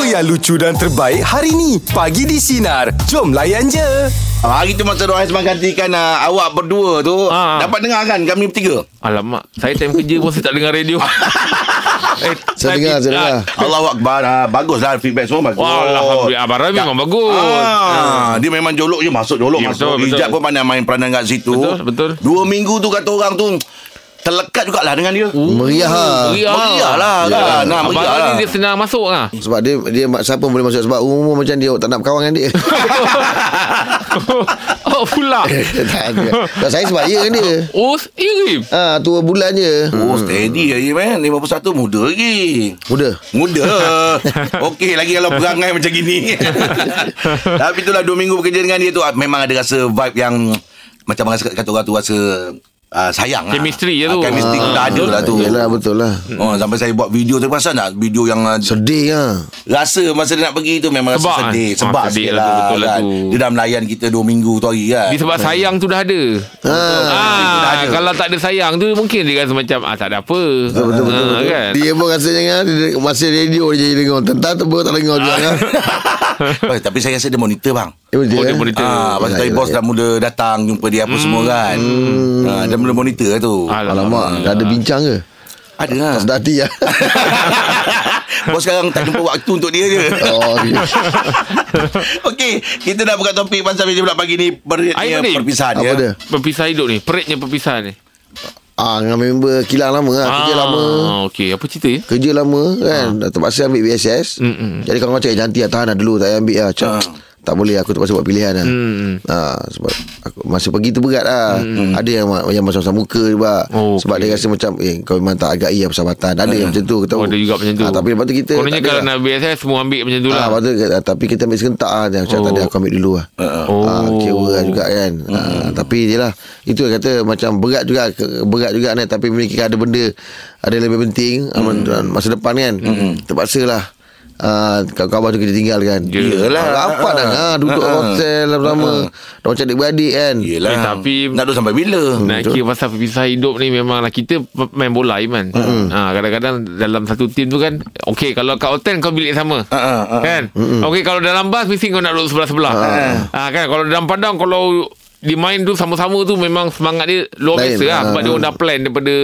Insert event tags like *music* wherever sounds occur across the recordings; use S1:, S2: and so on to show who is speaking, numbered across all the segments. S1: yang lucu dan terbaik hari ni. Pagi di Sinar. Jom layan je.
S2: Ah, Hari tu masa Rohais menggantikan uh, awak berdua tu
S3: Ah.
S2: Dapat dengar kan kami bertiga
S3: Alamak, saya time kerja pun saya tak dengar
S4: *laughs*
S3: radio. eh,
S4: Saya dengar, saya dengar. Oh.
S2: Allah Akbar ah, Baguslah feedback semua bagus
S3: Wah, Alhamdulillah. Abang Rabi memang bagus.
S2: Ah, dia memang jolok je masuk jolok
S3: Ya,
S2: masuk.
S3: betul, betul.
S2: Ijat pun pandai main peranan kat situ.
S3: Betul, betul.
S2: Dua minggu tu kata orang tu terlekat jugalah dengan dia. Uh,
S3: Oh.
S4: Meriah lah.
S3: Meriah.
S2: Meriah lah kan. Nah,
S3: Abang
S2: meriah
S3: Rabi
S2: lah.
S3: dia senang masuk
S4: *laughs*
S3: lah.
S4: Sebab dia dia siapa boleh masuk sebab umur macam dia tak nak berkawan
S3: *laughs*
S4: dengan dia.
S3: oh, pula.
S4: tak ada. Tak saya sebab ya dengan dia.
S3: Oh, ya ke?
S4: Ah ha, tua bulan je.
S2: Oh, steady lagi man. 51 muda lagi.
S4: Muda.
S2: Muda *laughs* Okey lagi kalau perangai *laughs* macam
S3: *laughs*
S2: gini Tapi itulah Dua minggu bekerja dengan dia tu ah, Memang ada rasa vibe yang Macam orang kata orang tu rasa ah, Sayang lah.
S3: Chemistry je
S2: Ah,
S3: tu.
S2: Chemistry
S3: Ah,
S2: dah ada lah tu
S4: Yelah betul lah.
S2: Oh, sampai saya buat video tu pasal tak video yang ah,
S4: Sedih lah.
S2: rasa masa dia nak pergi tu memang
S3: Sebab,
S2: rasa sedih
S3: ah,
S2: sebab
S3: sedih
S2: sikit
S3: lah tu, betul lah
S2: kan.
S3: tu.
S2: dia dah melayan kita 2 minggu tu hari kan
S3: Dia
S2: *laughs*
S3: sebab sayang tu dah ada.
S4: Ha.
S2: dah
S3: Ah,
S2: ada.
S3: kalau tak ada sayang tu mungkin dia rasa macam ah tak ada apa. Betul betul betul. kan?
S4: Dia pun rasa jangan dia- Masa radio je dia dengar Tentang tu pun tak dengar juga kan?
S2: Eh, tapi saya rasa dia monitor bang
S4: Dia boleh
S3: Ah. Oh, dia
S4: eh?
S3: boleh Monitor.
S2: Ah, pasal tadi
S4: Yelah,
S2: bos
S4: yelah.
S2: dah mula datang jumpa dia apa semua
S3: Hmm.
S2: kan. Ah, dia mula monitor lah tu.
S3: Alah.
S4: Alamak Dah
S3: Ah.
S4: ada bincang ke
S2: Ada lah.
S4: Sedap hati
S3: *laughs*
S4: lah
S2: Bos sekarang tak jumpa waktu untuk dia je.
S4: Oh okay.
S2: *laughs* Okey, kita dah buka topik pasal meja bulat pagi ni
S3: Air
S2: beratnya
S3: bening.
S2: perpisahan
S4: Apa
S2: ya.
S4: dia
S3: Perpisah hidup ni, peritnya perpisah ni. Ah,
S4: Ah, dengan member kilang lama lah. Kerja lama.
S3: Okey, apa cerita ya?
S4: Kerja lama kan. Dah terpaksa ambil BSS.
S3: Ah. Mm-mm.
S4: Jadi kawan-kawan cakap nanti lah, tahan lah dulu. Tak payah ambil lah. Cak,
S2: Ah.
S4: Tak boleh aku terpaksa buat pilihan lah.
S3: Mm.
S4: Ah, sebab aku, masa pergi tu berat lah. Ada yang, ma- yang masam-masam muka juga.
S3: Oh,
S4: sebab
S3: okey.
S4: dia rasa macam eh kau memang tak agai lah persahabatan. Ada yang macam tu. Kita
S3: Oh, ada juga macam tu.
S4: Ah, tapi lepas tu kita
S3: Kononnya
S4: tak ada
S3: kalau
S4: lah.
S3: nak BSS semua ambil macam tu
S4: Ah,
S3: lah.
S4: lepas tu, ah, tapi kita ambil serentak lah. Dia Macam
S3: Oh.
S4: tak ada aku ambil dulu lah.
S2: Uh-uh.
S3: Oh. Hmm.
S4: Ah, kecewa lah juga kan. Ah, tapi je lah. Itu yang kata macam berat juga. ke- Berat juga kan. Tapi mereka ada benda. Ada yang lebih penting.
S3: Hmm.
S4: ah, Masa depan kan. Terpaksa lah. Uh, kawan-kawan tu kita tinggalkan
S2: Yelah.
S4: Ah, Rapat dah ha, Duduk
S2: Ah.
S4: hotel bersama
S3: Ah.
S4: Dah macam adik-beradik kan
S2: Yelah.
S3: Eh, tapi-
S2: nak duduk sampai bila?
S3: Nak kira pasal perpisahan hidup ni Memanglah kita pe- main bola Iman mm-hmm. ha, Kadang-kadang dalam satu tim tu kan Okey kalau kat hotel kau bilik sama
S2: Ah, ah, ah.
S3: Kan mm-hmm. Okey kalau dalam bas Mesti kau nak duduk sebelah-sebelah ha, kan? Kalau dalam padang Kalau dimain tu sama-sama tu Memang semangat dia luar
S4: Lain.
S3: biasa lah
S4: Ah,
S3: Sebab dia orang dah plan daripada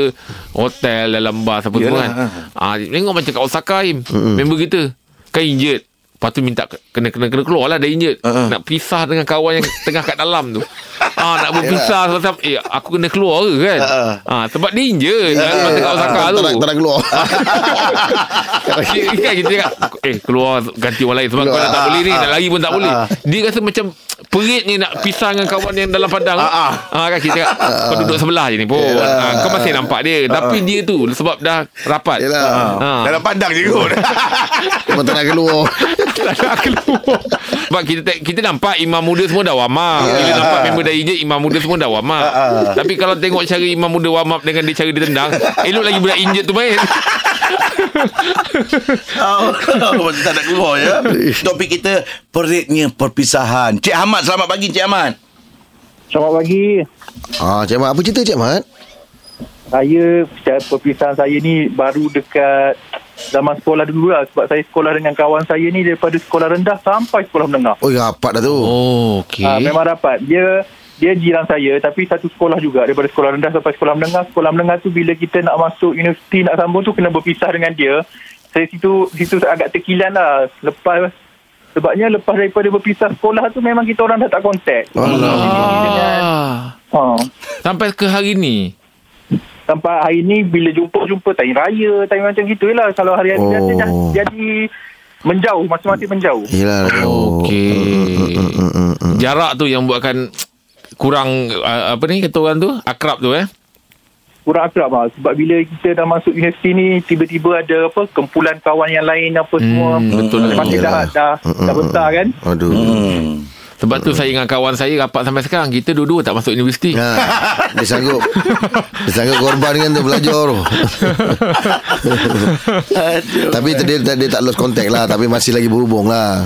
S3: Hotel dalam bas apa semua
S2: Yelah,
S3: kan ha, Tengok macam kat Osaka Im mm-hmm. Member kita Kan injet Lepas tu minta kena kena kena keluar lah dah injet.
S2: Ah, ah.
S3: Nak pisah dengan kawan yang tengah kat dalam tu. Ah nak berpisah sebab eh aku kena keluar ke kan?
S2: Ah,
S3: Ah sebab dia injet yeah, masa kat Osaka
S4: Ah,
S3: tu.
S4: tak nak- Tak nak
S3: *laughs*
S4: keluar
S3: Kita- Kan kita cakap Eh keluar Ah, Ganti orang lain Sebab
S4: Keluar.
S3: kau dah tak boleh ni Nak lari pun tak boleh Dia rasa macam Peritnya nak pisah Dengan kawan yang dalam padang
S2: Ah, ah.
S3: Ah, Kan kita cakap Kau duduk sebelah je ni pun Ah, Kau masih nampak dia Tapi dia tu Sebab dah rapat
S4: Yelah
S3: Ah.
S2: Dalam pandang je
S3: *laughs*
S2: kot. *laughs*
S4: Memang tak nak keluar
S3: Tak nak *laughs* keluar Ah. Sebab kita tak- kita nampak Imam muda semua dah warm up Bila nampak member dah injek Imam muda semua dah warm up Tapi kalau tengok cara Imam muda warm up Dengan dia cara dia tendang Elok lagi budak injek tu main
S2: Oh, Masa tak nak keluar ya. Topik kita peritnya perpisahan. Cik Ahmad selamat pagi Cik Ahmad.
S5: Selamat pagi.
S4: ah, Cik Mat apa cerita Cik Mat
S5: Saya secara perpisahan saya ni baru dekat zaman sekolah dulu lah sebab saya sekolah dengan kawan saya ni daripada sekolah rendah sampai sekolah menengah.
S4: Oh rapat dah tu
S3: Oh
S5: Okay. Ha, memang rapat. Dia dia jiran saya tapi satu sekolah juga daripada sekolah rendah sampai sekolah menengah. Sekolah menengah tu bila kita nak masuk universiti nak sambung tu kena berpisah dengan dia. Saya situ situ agak terkilan lah lepas sebabnya lepas daripada berpisah sekolah tu memang kita orang dah tak kontak.
S4: Ah.
S3: Ah.
S5: Ha.
S3: Sampai ke hari ni
S5: sampai hari ni bila jumpa-jumpa time raya time macam gitu je lah kalau hari-hari
S4: Oh.
S5: oh. biasa dah jadi menjauh masing-masing menjauh
S4: Yelah oh,
S3: Okey
S4: ah,
S3: Jarak tu yang buatkan Kurang uh, Apa ni kata orang tu Akrab tu eh
S5: kurang akrab lah sebab bila kita dah masuk universiti ni tiba-tiba ada apa kumpulan kawan yang lain apa semua
S3: betul lah.
S5: Masih dah,
S4: Yelah.
S5: dah, dah besar kan
S4: ah, Aduh
S2: Hmm.
S3: Sebab tu saya dengan kawan saya Rapat sampai sekarang Kita dua-dua tak masuk universiti
S4: Ha, dia sanggup Dia sanggup korbankan kan tu Belajar tu Tapi tu dia, dia tak lost contact lah Tapi masih lagi berhubung lah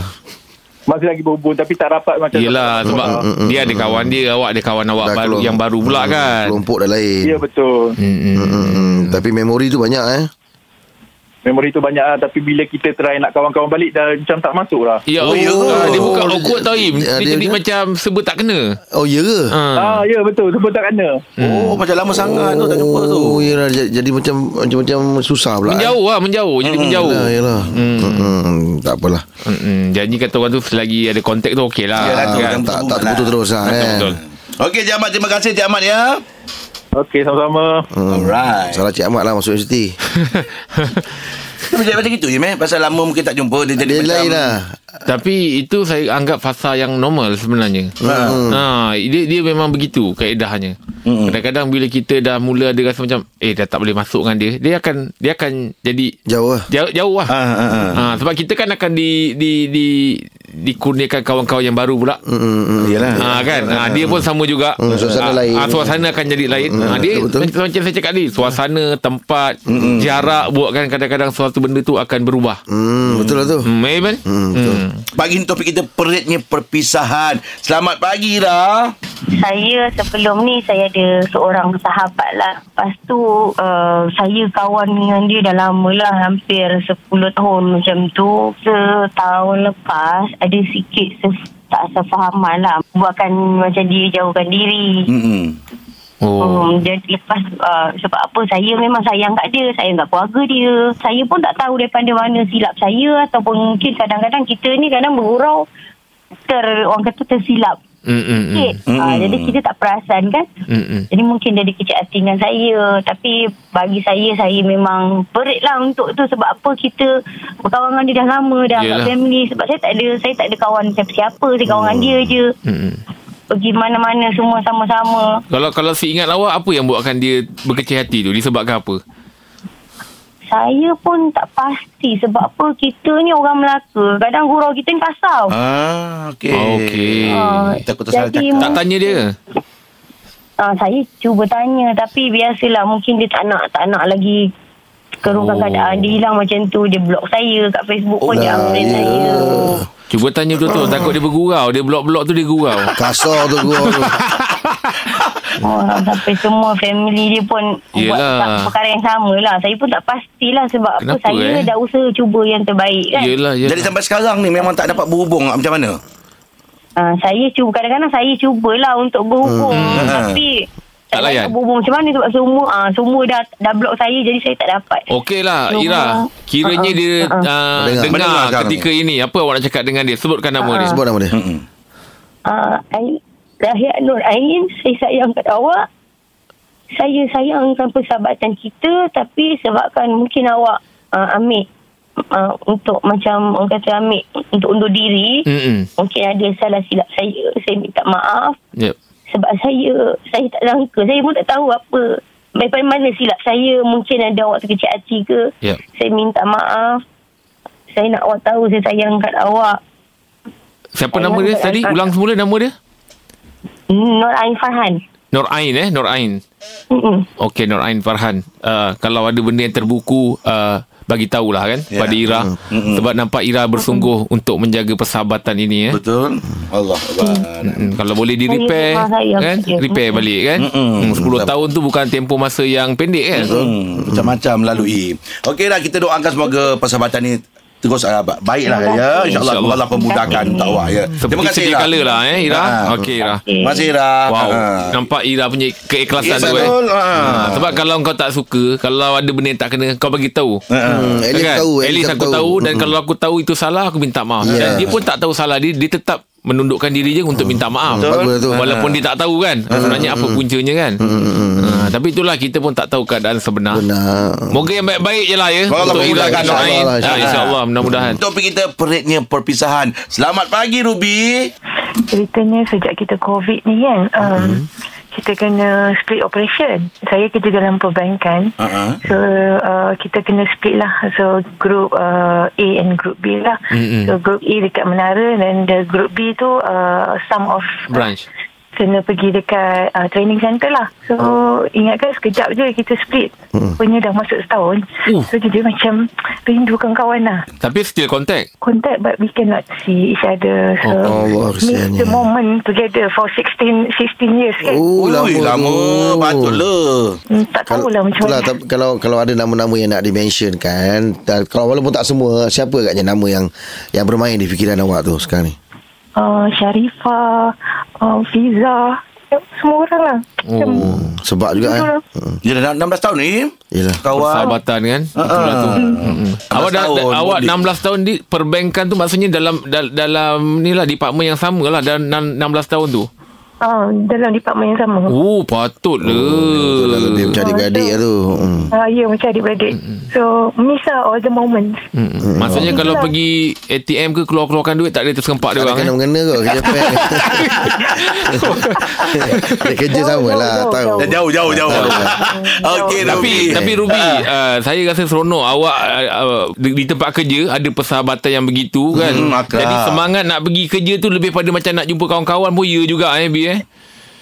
S5: masih lagi berhubung tapi tak rapat macam
S3: Yelah sebab
S5: Ah,
S3: dia ada kawan dia Awak ada kawan awak
S4: Dah
S3: baru
S4: keluar-
S3: Yang baru pula
S4: Hmm,
S3: kan
S2: Ya,
S4: Kelompok dah lain Hmm,
S5: ya betul
S4: Mm-mm. Tapi memori tu banyak eh
S5: memori tu banyak lah tapi bila kita try nak kawan-kawan balik dah macam tak masuk lah
S3: Ya
S2: Oh, ya
S3: Allah
S2: ke?
S3: Dia bukan
S4: Oh,
S3: awkward
S4: dia-
S3: tau Im
S4: dia-
S3: Dia
S4: dia-
S3: jadi
S4: dia-
S3: macam Serba tak kena
S4: Oh ya ke?
S3: Ha.
S5: ah ya betul sebab tak kena
S3: Hmm.
S2: Oh, macam lama sangat tu tak jumpa tu.
S4: Oh ya lah. jadi, jadi macam macam macam susah pula.
S3: Menjauh lah Menjauh Jadi menjauh
S4: Yalah, yalah. Hmm. Hmm, tak apalah.
S3: Mm-mm. Janji kata orang tu Selagi ada kontak tu Okey lah
S2: Yalah,
S4: Ah,
S2: tu
S3: kan?
S2: yang
S4: tak tak
S2: betul
S4: terputus
S2: lah.
S4: terus lah. eh.
S3: Betul
S2: Okey, Cik Ahmad. Terima kasih, Cik Ahmad ya.
S5: Okey sama-sama
S4: Hmm.
S2: Alright.
S4: Salah Cik Ahmad lah masuk
S3: *laughs*
S4: universiti.
S2: Dia macam, macam gitu je, meh. Pasal lama mungkin tak jumpa. Dia jadi
S4: Dia
S2: macam... Hmm.
S4: lain lah.
S3: Tapi itu saya anggap fasa yang normal sebenarnya. Hmm. Ha, dia dia memang begitu kaedahnya.
S2: Mm-mm.
S3: Kadang-kadang bila kita dah mula ada rasa macam eh dah tak boleh masuk dengan dia, dia akan dia akan jadi
S4: Jauh lah.
S3: jauh, jauh lah.
S2: Ha, ha, ha.
S3: Ha, sebab kita kan akan di di di dikurniakan kawan-kawan yang baru pula.
S4: Hmm, hmm.
S2: Yelah.
S3: Ha kan ha, Dia pun sama juga
S4: Hmm, suasana lain.
S3: ha, Suasana akan jadi lain ha, Dia
S4: betul-betul.
S3: macam, macam saya cakap tadi Suasana, tempat Jarak Buatkan kadang-kadang Suatu benda tu akan berubah
S4: Hmm, betul lah tu.
S3: Hmm, Amen? Hmm, betul. Hmm.
S2: Pagi ni topik kita peritnya perpisahan. Selamat pagi, Ra.
S6: Saya sebelum ni saya ada seorang sahabat lah. Lepas tu uh, saya kawan dengan dia dah lama lah hampir 10 tahun macam tu. Setahun lepas ada sikit ses- tak sefahaman lah. Buatkan macam dia jauhkan diri.
S2: Mm-mm.
S3: Oh.
S6: Hmm, jadi lepas uh, sebab apa saya memang sayang kat dia, sayang kat keluarga dia. Saya pun tak tahu daripada mana silap saya ataupun mungkin kadang-kadang kita ni kadang bergurau ter orang kata tersilap
S3: Hmm, hmm, hmm.
S6: sikit. Mm.
S2: Mm-mm.
S6: jadi kita tak perasan kan.
S3: Hmm, hmm.
S6: Jadi mungkin dia ada kecil hati dengan saya Tapi bagi saya Saya memang perit lah untuk tu Sebab apa kita Berkawan dengan dia dah lama Dah
S3: Yelah.
S6: Yalah. family Sebab saya tak ada Saya tak ada kawan siapa-siapa Saya kawan dengan dia je
S3: Hmm, hmm.
S6: Pergi mana-mana semua sama-sama
S3: Kalau kalau si ingat awak apa yang buatkan dia berkecil hati tu disebabkan apa?
S6: Saya pun tak pasti Sebab apa kita ni orang Melaka Kadang gurau kita ni kasar
S2: Ah, okey.
S3: Oh, okey.
S6: Ah,
S2: Takut tersalah
S6: jadi
S2: cakap.
S3: Tak tanya dia.
S6: Ah, saya cuba tanya tapi biasalah mungkin dia tak nak tak nak lagi kerungkan
S3: Oh.
S6: oh. keadaan dia hilang macam tu dia block saya kat Facebook pun dia
S4: lah,
S6: update
S4: ya.
S6: saya
S3: Cuba tanya betul-betul takut dia bergurau, dia blok-blok tu dia gurau.
S4: Kasar tu gua tu.
S2: *laughs*
S6: orang Oh, ah, sampai semua family dia pun
S3: Yelah.
S6: buat tak- perkara yang sama lah saya pun tak pastilah sebab
S3: Kenapa,
S6: apa saya
S3: eh?
S6: dah usaha cuba yang terbaik kan
S3: Yelah, yelah.
S2: Jadi sampai sekarang ni memang tak dapat berhubung lah. macam mana?
S6: Ah, saya cuba kadang-kadang saya cubalah untuk berhubung
S2: Hmm.
S6: tapi
S3: Tak layan.
S6: nak berhubung macam mana sebab semua ah, semua dah dah block saya jadi saya tak dapat
S3: Okey lah
S6: Cuma-
S3: Ira Kiranya
S6: Uh-uh,
S3: dia
S6: uh-uh.
S3: uh,
S4: Dengar.
S3: Dengar,
S2: Mendengar sekarang
S3: ketika ini Apa awak nak cakap dengan dia Sebutkan nama
S6: Uh-uh.
S3: dia
S4: Sebut nama dia.
S2: Mm-mm.
S6: Ah, Ai- Rahia Nur Ain, saya sayang kat awak. Saya sayangkan persahabatan kita tapi sebabkan mungkin awak uh, ambil uh, untuk macam orang kata ambil untuk undur diri.
S3: Mm-mm.
S6: Mungkin ada salah silap saya. Saya minta maaf
S3: Yep.
S6: sebab saya saya tak sangka. Saya pun tak tahu apa. Daripada mana silap saya. Mungkin ada awak terkecil hati ke.
S3: Yep.
S6: Saya minta maaf. Saya nak awak tahu saya sayang kat awak.
S3: Siapa
S6: Saya
S3: nama dia
S6: nak
S3: tadi
S6: cakap-
S3: Ulang semula nama dia
S6: Hmm, Nur Ain Farhan. Hmm,
S3: Nur Ain eh Nur Ain
S6: Mm-mm.
S3: Okey Nur Ain Farhan uh, Kalau ada benda yang terbuku uh, Bagi tahulah kan
S2: Ya.
S3: Pada Ira
S2: Mm-mm.
S3: Sebab nampak Ira bersungguh Untuk menjaga persahabatan ini eh
S2: Betul. Allah Allah.
S3: Mm, kalau boleh di
S6: Saya
S3: repair
S6: memang sayang
S3: kan
S6: dia.
S3: repair balik kan
S2: Mm-mm.
S3: mm, 10 tahun tu bukan tempoh masa yang pendek kan
S2: Hmm, macam-macam lalui. Okey dah kita doakan semoga persahabatan ni terus uh, ba- baiklah ya.
S6: Terima kasih.
S2: InsyaAllah
S3: InsyaAllah.
S2: Allah Allah pemudahkan untuk awak ya.
S3: Seperti sedia
S2: Ira.
S3: kala lah eh Ira
S2: Ha.
S3: Okey Ira
S2: Terima kasih Ira.
S3: Wow
S2: Ha.
S3: Nampak Ira punya
S2: Yes,
S3: keikhlasan tu eh
S2: betul. Ha.
S3: Ha, sebab kalau kau tak suka Kalau ada benda yang tak kena Kau bagi tahu
S2: Ha.
S4: Hmm, at least tahu, at
S3: Kan? At least
S4: least
S3: aku
S4: aku
S3: tahu
S4: tahu.
S3: Dan kalau aku tahu itu salah Aku minta maaf Dan
S4: Yeah.
S3: dia pun tak tahu salah Dia dia tetap menundukkan diri je Untuk minta maaf
S4: Betul. Bagus Mm. tu. Mm.
S3: Walaupun dia tak tahu kan Sebenarnya apa puncanya kan ha, Tapi itulah kita pun tak tahu keadaan sebenar
S4: Benar. Mm.
S3: Moga yang baik-baik je lah ya
S2: Kalau Allah
S3: Untuk Ira
S2: memudahkan,
S3: dan Nur Ain
S4: insyaAllah, lah,
S3: Ha,
S4: insyaAllah.
S3: InsyaAllah mudah-mudahan
S2: Ah. Topik kita peritnya perpisahan. Selamat pagi Ruby.
S7: Ceritanya sejak kita COVID ni kan um, Kita kena split operation Saya kerja dalam perbankan
S2: Ha.
S7: So uh, kita kena split lah So group uh, A and group B lah
S3: Mm-mm.
S7: So group A dekat Menara Dan the group B tu uh, Some of
S3: Branch
S7: kena pergi dekat uh, training center lah. So ingatkan sekejap je kita split. Hmm. Punya dah masuk setahun.
S3: Uh.
S7: So jadi macam rindu kawan-kawan lah.
S3: Tapi still contact.
S7: Contact but we cannot see each other. So
S4: Oh, Allah,
S7: miss
S4: kesiannya.
S7: the moment together for 16 16 years kan.
S4: Oh,
S2: Ui, lama, lama. lah.
S4: tu.
S2: Patutlah.
S7: Hmm, tak tahulah macam
S4: itulah,
S7: mana.
S4: lah, tapi kalau kalau ada nama-nama yang nak dimention kan dan kalau walaupun tak semua siapa agaknya nama yang yang bermain di fikiran awak tu sekarang ni
S7: uh, Sharifah, uh, Fiza, semua orang lah. Macam,
S3: Oh.
S4: sebab juga kan
S7: Betul.
S4: Mm,
S2: Dia dah 16 tahun ni.
S4: Yelah.
S2: Kawan.
S3: Persahabatan kan.
S2: Ah,
S3: Itulah tu.
S2: mm.
S3: Awak
S2: 16
S3: dah,
S2: tahun,
S3: tahun, awak
S2: boleh.
S3: 16 tahun di perbankan tu maksudnya dalam dal, dalam ni lah department yang sama lah dalam nan- 16 tahun tu.
S7: uh, dalam departmen yang sama.
S3: Oh patutlah.
S4: Itulah lebih macam adik-beradik lah tu mm.
S7: Uh, ya, macam adik-beradik. So, miss lah all the moments.
S4: Mm.
S7: *laughs*
S3: Hmm. Maksudnya kalau pergi ATM ke keluar-keluarkan duit tak ada tersempak dia
S4: Tak ada
S3: orang eh.
S4: kena mengena kot kerja pen Dia kerja sama lah
S7: Jauh, jauh,
S4: tahu lah.
S2: Dah jauh, jauh, jauh. Okey,
S3: Tapi
S4: Eh.
S2: Ruby.
S3: tapi Ruby
S4: Ah.
S3: uh, saya rasa seronok awak uh, uh, di, di tempat kerja ada persahabatan yang begitu kan.
S2: Hmm, akrab.
S3: Jadi semangat nak pergi kerja tu lebih pada macam nak jumpa kawan-kawan pun ya juga eh Bi eh.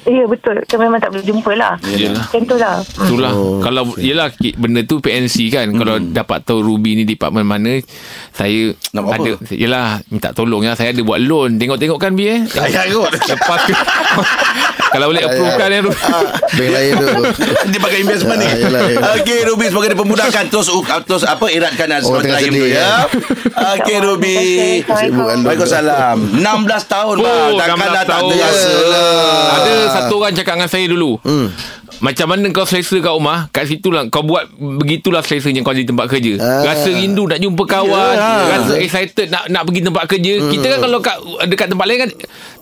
S7: Ya, betul. Kita memang tak boleh jumpa lah.
S3: Yelah.
S7: Macam tu lah.
S3: Itulah oh,
S4: Oh,
S3: Kalau Yelah ki- Benda tu PNC kan
S2: Hmm.
S3: Kalau dapat tahu Ruby ni Department mana Saya
S2: Nak buat
S3: ada, apa? Yelah Minta tolong lah Saya ada buat loan Tengok-tengok kan Bi eh
S2: Ayah kot.
S3: Lepas tu *laughs* Kalau boleh approve kan eh Ruby
S4: Bank lain tu
S2: *laughs* Dia pakai investment ni
S4: Ah, yelah,
S2: *laughs*
S4: yelah.
S2: Okey Ruby Sebagai dia pemudahkan Terus uh, terus apa Eratkan
S4: Orang tengah
S2: Rahim
S4: sedih,
S2: tu, ya Okey Ruby
S7: Terima kasih.
S4: Sibuk kan lu.
S2: Waalaikumsalam 16 tahun bang
S3: Oh,
S2: Takkan
S3: 16
S2: dah tak
S3: tahun.
S2: terasa
S3: Ada satu orang cakap dengan saya dulu hmm. Macam mana kau selesa kat rumah Kat situ lah Kau buat Begitulah selesanya kau di tempat kerja
S4: Ah. Ya,
S3: Rasa rindu nak jumpa kawan yeah. Rasa excited nak nak pergi tempat kerja
S4: Hmm.
S3: Kita kan kalau kat, dekat tempat lain kan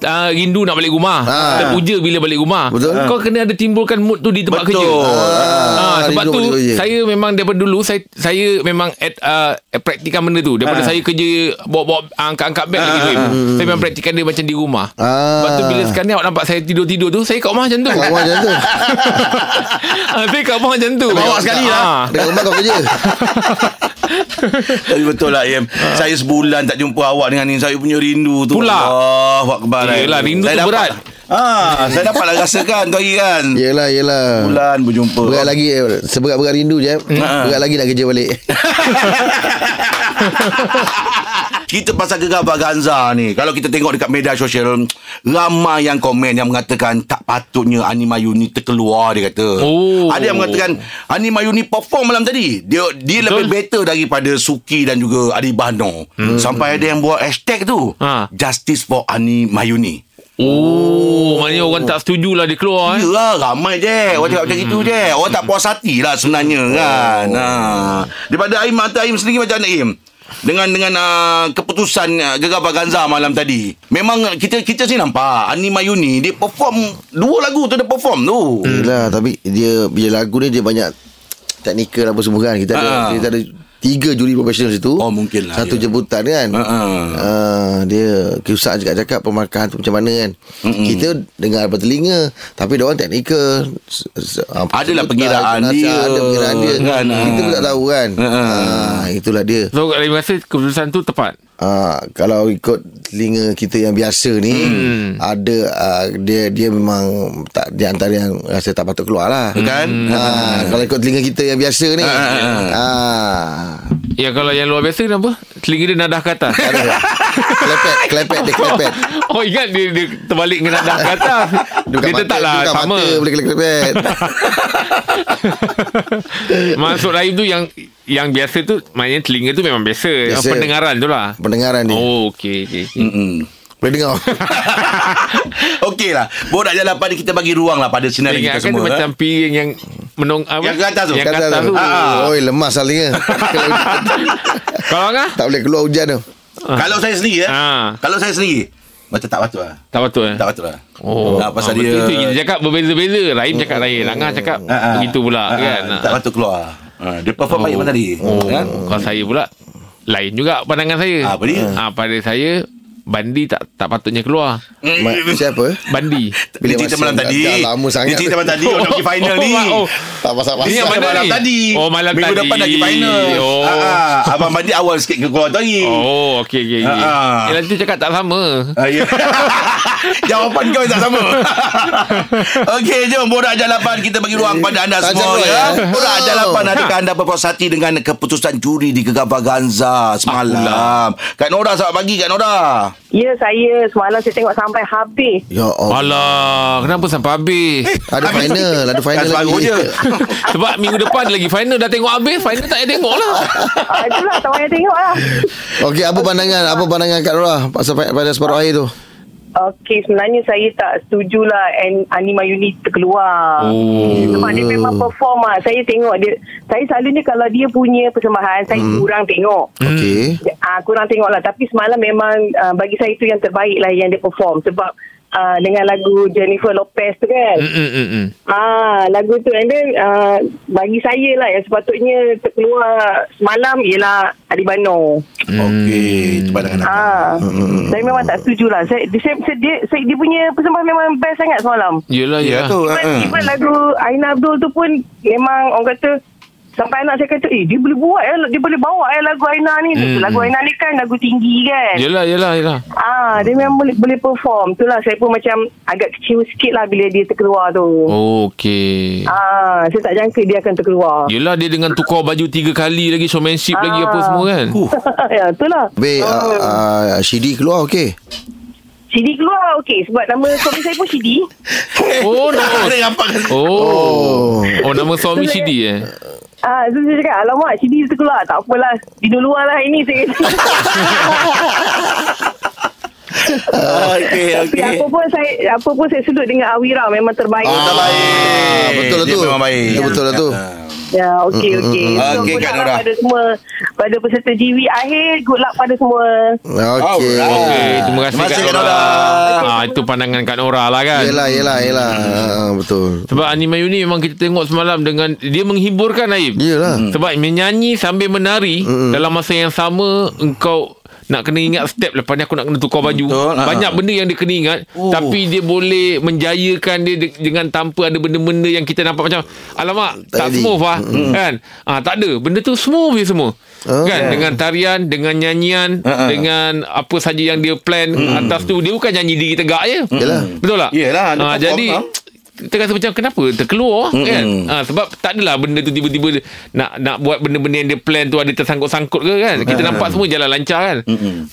S3: uh, Rindu nak balik rumah
S4: Ah.
S3: Terpuja bila balik rumah Ah.
S4: Betul.
S3: Kau kena ada timbulkan mood tu di tempat
S2: Betul.
S3: kerja
S4: Ah,
S3: Ah, sebab
S4: rindu
S3: tu
S4: balik Ya. kerja.
S3: saya memang daripada dulu saya saya memang at, uh, praktikan benda tu daripada
S4: Ah.
S3: saya kerja bawa-bawa ah, angkat-angkat beg lagi Zuim. Saya memang praktikan dia macam di rumah.
S4: Ah.
S3: Sebab tu bila sekarang ni awak Kan nampak saya tidur-tidur tu saya kat rumah macam tu.
S4: Kat rumah macam tu
S3: *laughs* Ah, saya kat rumah macam tu.
S2: Bawa sekali lah.
S3: Ah.
S4: Dekat rumah kau kerja
S2: Tapi betul lah Im Saya sebulan tak jumpa awak dengan ni Saya punya rindu tu
S3: Pula.
S2: Allah Akbar
S3: Yelah, rindu
S2: Saya
S3: tu
S2: dapat-
S3: berat.
S2: Ah, Saya dapatlah rasakan tu hari kan
S4: Yelah yelah
S2: Bulan berjumpa
S4: Berat Ya. lagi eh, Seberat-berat rindu je eh.
S2: Hmm. Ah.
S4: Berat lagi nak kerja balik
S2: Kita pasal gegar Baganza ni Kalau kita tengok dekat media sosial Ramai yang komen yang mengatakan Tak patutnya Anima Yuni terkeluar Dia kata
S3: Oh.
S2: Ada yang mengatakan Anima Yuni perform malam tadi Dia dia
S3: Betul.
S2: Betul. lebih better daripada Suki dan juga Adi Bahno hmm. Sampai ada yang buat hashtag tu
S3: Ha.
S2: Justice for Anima Yuni
S3: Oh, maknanya orang tak setuju lah dia keluar eh.
S2: Yelah ramai je Orang cakap macam
S3: Hmm,
S2: itu je Orang tak puas hati lah sebenarnya
S3: Oh.
S2: kan ha. Daripada Aim Mata Aim sendiri macam mana Aim dengan dengan uh, keputusan uh, Gegar Baganza malam tadi. Memang ah, kita kita sini nampak Ani Mayuni dia perform dua lagu tu dia perform tu. Hmm.
S4: Yelah tapi dia dia lagu ni dia banyak teknikal apa semua kan. Kita
S2: Ah.
S4: ada kita ada tiga juri profesional situ.
S2: Oh, mungkin lah,
S4: Satu
S2: ya.
S4: jemputan kan.
S2: Ah, ah.
S4: Ah, dia kiusak juga cakap pemarkahan tu macam mana kan.
S2: Hmm.
S4: Mm-mm. Kita dengar bertelinga tapi dia orang teknikal. S- s- ah,
S2: Adalah
S4: sebutan,
S2: pengiraan
S4: jenazah,
S2: dia,
S4: Ada pengiraan dia.
S2: kan, ah.
S4: Kita pun tak tahu kan. Ah, itulah dia.
S3: So, terima kasih keputusan tu tepat.
S4: Uh, kalau ikut telinga kita yang biasa ni hmm. ada uh, dia dia memang tak di antara yang rasa tak patut keluar lah
S2: Kan?
S4: uh, kalau ikut telinga kita yang biasa ni
S2: Ah, ah, ah.
S4: uh,
S3: Ya, kalau yang luar biasa kenapa? Telinga dia nadah ke atas.
S4: *laughs* klepet klepet dia klepet
S3: Oh, ingat dia, dia terbalik dengan nadah ke atas. dia tetaplah
S4: bukan
S3: sama.
S4: mata boleh klepet
S3: *laughs* Maksud Rahim tu yang yang biasa tu maknanya telinga tu memang biasa. biasa.
S4: Biasa.
S3: Pendengaran tu lah.
S4: pendengaran dia oh.
S3: Oh, okey okey.
S2: Hmm,
S3: okey.
S4: boleh dengar
S2: Okey lah. Borak jalan pada kita bagi ruang lah pada sinar
S3: Ingat
S2: kita
S3: kan dia
S2: semua. eh.
S3: macam piring yang menong apa?
S2: Yang ke atas tu. Ah,
S3: Yang ke atas tu.
S4: oh, oi lemas lah telinga Kalau-
S3: Kalau ngah?
S4: tak boleh keluar hujan tu
S2: Kalau saya sendiri eh.
S3: Ah.
S2: Kalau saya sendiri macam tak patut lah.
S3: Tak patut eh.
S2: Tak patut lah.
S3: Oh,
S2: Nah, pasal
S3: ah,
S2: dia Oh,
S3: betul tu kita cakap berbeza-beza. Rahim cakap lain, Angah cakap
S2: Ah, ah.
S3: begitu pula
S2: Ah, ah.
S3: kan.
S2: Tak patut keluar. Ah, dia perform baik malam tadi.
S3: Oh,
S2: Kan?
S3: kalau saya pula lain juga pandangan saya.
S2: Apa dia?
S3: Ah, pada saya Bandi tak tak patutnya keluar.
S4: Ma- Siapa?
S3: Bandi.
S2: Bila
S4: Bila
S2: cerita
S4: masa
S2: malam
S4: dah-
S2: tadi.
S4: dah lama sangat.
S2: Dia cerita malam tadi. Oh, nak *laughs* pergi final
S3: *laughs*
S2: ni.
S3: Oh, oh.
S4: Tak
S2: Ni
S4: pasal-pasal
S3: Ini yang mana
S2: malam
S3: ni?
S2: tadi.
S3: Oh, malam
S2: Minggu
S3: tadi.
S2: depan nak pergi final.
S3: Oh.
S2: Ah, ah. Abang Bandi awal sikit ke keluar tadi.
S3: Oh, okey okey. okey.
S2: Ha, ha.
S3: Eh, nanti cakap tak sama.
S2: Ah, ya. *laughs* Jawapan kau tak
S3: *laughs*
S2: sama Okey jom Borak Jalapan Kita bagi ruang pada anda
S4: Tak
S2: semua
S4: jawab,
S2: ya.
S4: ya.
S2: Borak Jalapan Adakah anda berpuas hati Dengan keputusan juri Di Gegabah Ganza Semalam Kak Nora selamat pagi Kak Nora
S8: Ya saya semalam saya tengok sampai habis.
S4: Ya
S2: Oh.
S4: Allah
S3: Alah, kenapa sampai habis?
S2: *laughs*
S4: Ada final Ada final
S2: Kan separuh
S4: lagi
S2: je
S3: Sebab minggu depan ada lagi final dah tengok habis, final tak payah tengok
S2: *laughs*
S3: lah.
S8: Ah, itulah tak payah tengok lah.
S4: Okey apa pandangan Apa pandangan Kak Nora Pasal pa- pada separuh akhir tu
S8: Okey sebenarnya saya tak setujulah an- Anima Yuni terkeluar.
S3: Oh.
S8: Sebab dia
S4: Hmm.
S8: memang perform lah. Saya tengok dia. Saya selalunya kalau dia punya persembahan saya kurang tengok.
S4: Okey
S8: Ah, kurang tengok lah Tapi semalam memang ah, Bagi saya itu yang terbaik lah Yang dia perform Sebab ah, Dengan lagu Jennifer Lopez tu kan
S3: Mm, mm, mm, mm.
S8: Ah, lagu tu and then uh, bagi saya lah yang sepatutnya terkeluar semalam ialah Adi Bano.
S2: Okey
S4: Eh,
S2: Itu pandangan aku
S8: Ah, saya memang tak setuju lah. Saya, dia, saya, saya, dia, saya, dia punya persembahan memang best sangat semalam.
S3: Yelah,
S2: Ya
S3: yelah.
S2: tu
S4: ha,
S8: Even,
S2: ah, ah.
S8: even lagu Aina Abdul tu pun memang orang kata sampai anak saya kata eh dia boleh buat eh, dia boleh bawa eh lagu Aina ni.
S3: Hmm.
S8: Lagu Aina ni kan lagu tinggi kan.
S3: Yelah, yelah, yelah.
S8: Ah, dia memang boleh, boleh perform. Itulah saya pun macam agak kecewa sikit lah bila dia terkeluar tu.
S3: Oh, okey.
S8: Ah, saya tak jangka dia akan terkeluar.
S3: Yelah, dia dengan tukar baju tiga kali lagi, showmanship lagi apa semua kan.
S8: *laughs* ya, itulah.
S4: Baik
S2: Hmm.
S8: Ah,
S4: uh, uh, Shidi keluar okey
S8: CD keluar okey sebab nama suami saya pun CD.
S3: Oh, no.
S2: Ada rampak
S3: Oh. Oh, nama suami
S8: Betul,
S3: CD eh?
S8: Ah, so saya cakap alamak CD tu keluar tak apalah tidur luar lah
S3: *laughs*
S8: ini saya kata.
S2: Ah, Okey
S8: Tapi
S2: okey
S8: apa pun saya apa pun saya sudut dengan Awira memang Oh, terbaik.
S4: Ah, Betul lah
S2: Dia
S4: tu
S2: memang baik.
S4: Betul- Betul lah tu
S8: Ya okey okey.
S2: mm, mm. Okey, Kak
S8: good luck
S2: Nora.
S8: pada semua pada peserta GV akhir good luck pada semua.
S4: Okey
S2: Alright.
S3: Okey,
S4: Ah.
S3: terima kasih
S2: Terima
S3: Kak
S2: kasih, Kak
S3: Nora.
S2: Nora.
S3: Ah, itu pandangan Kak Nora lah kan.
S4: Yelah yelah yelah
S2: Hmm.
S4: Ah, Betul
S3: Sebab Anima Yuni memang kita tengok semalam dengan dia menghiburkan Aib.
S4: Yelah
S3: Hmm.
S2: Hmm.
S3: Sebab menyanyi sambil menari dalam masa yang sama engkau nak kena ingat step lepas ni aku nak kena tukar baju.
S2: Betul, ha.
S3: Banyak benda yang dia kena ingat
S2: Oh.
S3: tapi dia boleh menjayakan dia de- dengan tanpa ada benda-benda yang kita nampak macam alamak tak,
S4: Tak jadi.
S3: smooth ah kan. Ah tak ada. Benda tu smooth je semua. kan dengan tarian, dengan nyanyian,
S2: Ha, ha.
S3: dengan apa saja yang dia plan atas tu dia bukan nyanyi diri tegak je.
S4: Yelah.
S3: Betul tak?
S2: Yelah, dia
S3: Ah
S2: perform,
S3: jadi
S2: ha.
S3: kita rasa macam kenapa terkeluar mm kan ha, sebab tak adalah benda tu tiba-tiba nak nak buat benda-benda yang dia plan tu ada tersangkut-sangkut ke kan kita nampak semua jalan lancar kan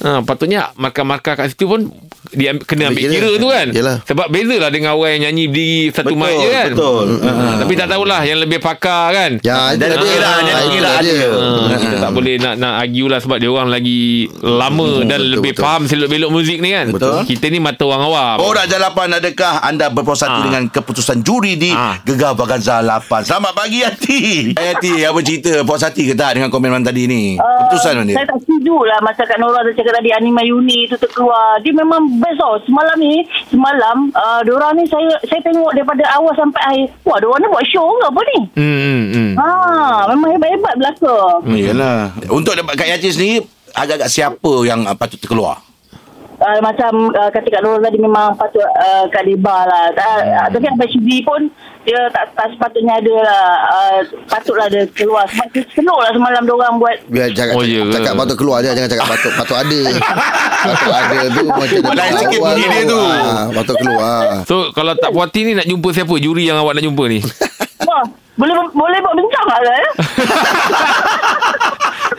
S3: ha, patutnya markah-markah kat situ pun dia am- kena ambil
S4: Ambil
S3: kira,
S4: kira.
S3: tu kan
S4: Yalah.
S3: sebab bezalah dengan orang yang nyanyi berdiri satu
S2: Betul,
S3: mic je kan
S2: betul. Hmm.
S3: ha, tapi tak tahulah yang lebih pakar kan
S4: Hmm, Ya,
S2: Dia ada
S4: dia. hmm.
S2: kira Dia lah, ada
S4: Ah,
S2: kira
S4: itulah
S2: dia
S3: Ha, kita tak boleh nak nak argue lah sebab dia orang lagi lama dan
S4: betul,
S3: lebih
S4: betul.
S3: faham selok-belok muzik ni kan
S2: Betul.
S3: kita ni mata orang awam
S2: Borak Jalapan adakah anda berpuas hati
S3: Ah.
S2: dengan keputusan juri di
S3: Ah.
S2: Gegar Baganza 8? Selamat pagi Hati. Hai Hati, apa cerita? Puas hati ke tak dengan komen malam tadi ni? keputusan mana?
S8: Eh, Saya tak setuju lah masa Kak Nora tu cakap tadi Anima Yuni tu terkeluar. Dia memang best tau. Semalam ni, semalam uh, diorang ni saya saya tengok daripada awal sampai akhir. Wah, diorang ni buat show ke apa ni?
S3: hmm, hmm, hmm.
S8: Ha, memang hebat-hebat belaka.
S2: Hmm, Yalah. Untuk dapat Kak Yati sendiri, agak-agak siapa yang ah, patut terkeluar?
S8: Uh, macam uh, kata Kak Nora tadi memang patut uh, Kak Deba lah. Uh,
S2: Hmm.
S8: tapi Abang Syibri pun dia tak, tak sepatutnya ada lah. Uh, patutlah dia keluar. Sebab selok lah semalam diorang buat
S4: Biar cakap,
S3: Oh,
S4: oh,
S3: ya ke?
S4: cakap patut keluar je Jangan cakap patut Patut
S2: *laughs*
S4: ada Patut ada tu Macam dia
S2: Lain sikit
S4: keluar
S2: bunyi
S4: tu.
S2: dia tu.
S4: Ah, Patut keluar
S3: So kalau tak puas hati ni nak jumpa siapa? Juri yang awak nak jumpa ni.
S8: Wah, boleh boleh buat bincang tak lah ya?
S3: *laughs*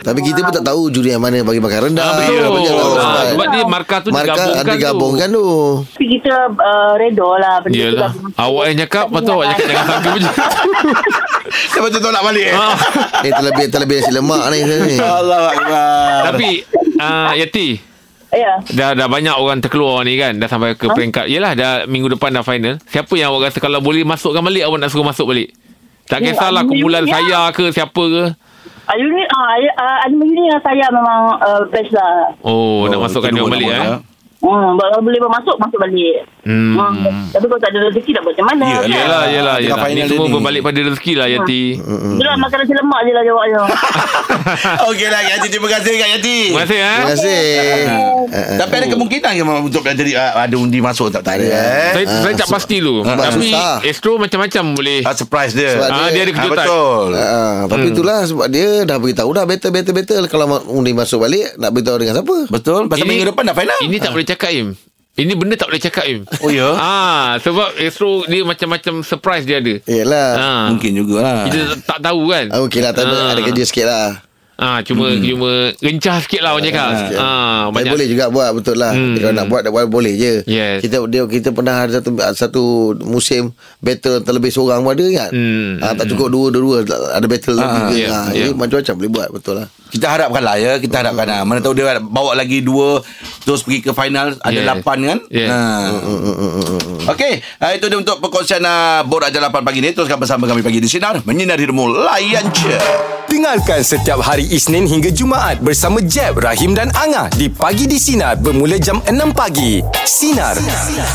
S4: Tapi kita pun tak tahu Juri yang mana bagi makan rendah
S3: Ah,
S4: Kita pun tak
S3: betul. Ah,
S4: tahu sebab
S3: sebab dia markah tu
S4: Markah ada
S3: digabungkan,
S4: gabungkan tu
S8: Tapi kita uh, redo lah
S3: tu.
S8: benda
S3: Yelah.
S8: tu. dah-
S3: Awak yang cakap, lepas tu awak cakap jangan sangka macam tu. Ah,
S2: Siapa tu tolak balik? Eh?
S4: Eh terlebih Terlebih nasi lemak ni ni.
S2: Allah Akbar.
S3: Tapi uh, Yati
S8: *laughs* Ya.
S3: dah dah banyak orang terkeluar ni kan dah sampai ke peringkat yelah dah minggu depan dah final siapa yang awak rasa kalau boleh masukkan balik awak nak suruh masuk balik tak
S8: Ya,
S3: kisahlah
S8: Amin.
S3: kumpulan
S8: Ya.
S3: saya ke siapa ke
S8: Ayu ni, ah, Ayu, ah, Ayu ni yang saya memang uh, best lah.
S3: oh, nak masukkan dia
S2: kedua
S3: orang balik
S2: nombor
S3: eh
S2: dia.
S8: Hmm, kalau boleh masuk, masuk balik. Hmm. Tapi kalau tak ada rezeki nak buat macam mana?
S2: Yelah,
S8: kan?
S3: Yelah, yelah,
S2: Tengah
S3: yelah. Ini
S2: final
S3: semua
S2: dia ni.
S3: berbalik pada rezeki lah, Yati.
S8: Itulah makan nasi lemak je lah jawabnya.
S3: *laughs*
S2: *laughs* Okeylah Yati terima kasih lah, Kak Yati.
S3: Terima kasih, eh.
S4: Terima kasih.
S2: Tapi ada kemungkinan ke memang untuk jadi ah, ada undi masuk tak? Tak ada. Eh?
S3: Saya, saya tak pasti tu. Tapi
S4: susah.
S3: Astro macam-macam boleh.
S2: Ah, surprise dia.
S4: Sebab
S3: Ah, dia ada
S2: Ah,
S3: kejutan.
S2: betul.
S4: Ha, tapi
S3: Hmm.
S4: itulah sebab dia dah beritahu dah better better better kalau ma- undi masuk balik nak beritahu dengan siapa?
S2: Betul. Pasal
S3: Ini-
S2: minggu depan dah final.
S3: Ini tak boleh cakap Im Ini benda tak boleh cakap Im
S2: Oh, ya?
S3: Ah, Sebab Astro dia macam-macam surprise dia
S4: Ya,
S3: ada
S4: Yalah.
S3: ah.
S2: Mungkin lah. jugalah.
S3: Kita tak- tak tahu kan
S4: Ha. Okeylah tak ada, ada kerja sikit lah.
S3: ah, Cuma cuma Rencah sikit lah orang cakap
S4: sikit.
S3: ah,
S4: Tapi boleh juga buat betul lah. Hmm. Kalau nak buat nak buat boleh je.
S3: Yes.
S4: Kita dia kita pernah ada satu satu musim battle terlebih seorang pun ada ingat.
S3: Hmm. Ah, ya.
S4: Ha, tak cukup dua dua ada battle lebih ke.
S3: yeah,
S4: ha,
S3: yeah.
S4: jadi macam-macam boleh buat betul lah.
S2: Kita harapkan lah ya Kita harapkan lah Mana tahu dia bawa lagi dua Terus pergi ke final Ada
S3: Yeah.
S2: lapan kan
S3: Yeah. mm,
S2: Okay Itu dia untuk perkongsian uh, Borak Jalapan pagi ni Teruskan bersama kami pagi di Sinar Menyinari Demo Layan je
S1: Dengarkan setiap hari Isnin hingga Jumaat bersama Jeb, Rahim dan Angah di Pagi di Sinar bermula jam 6 pagi. Sinar.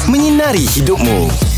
S1: Menyinari hidupmu.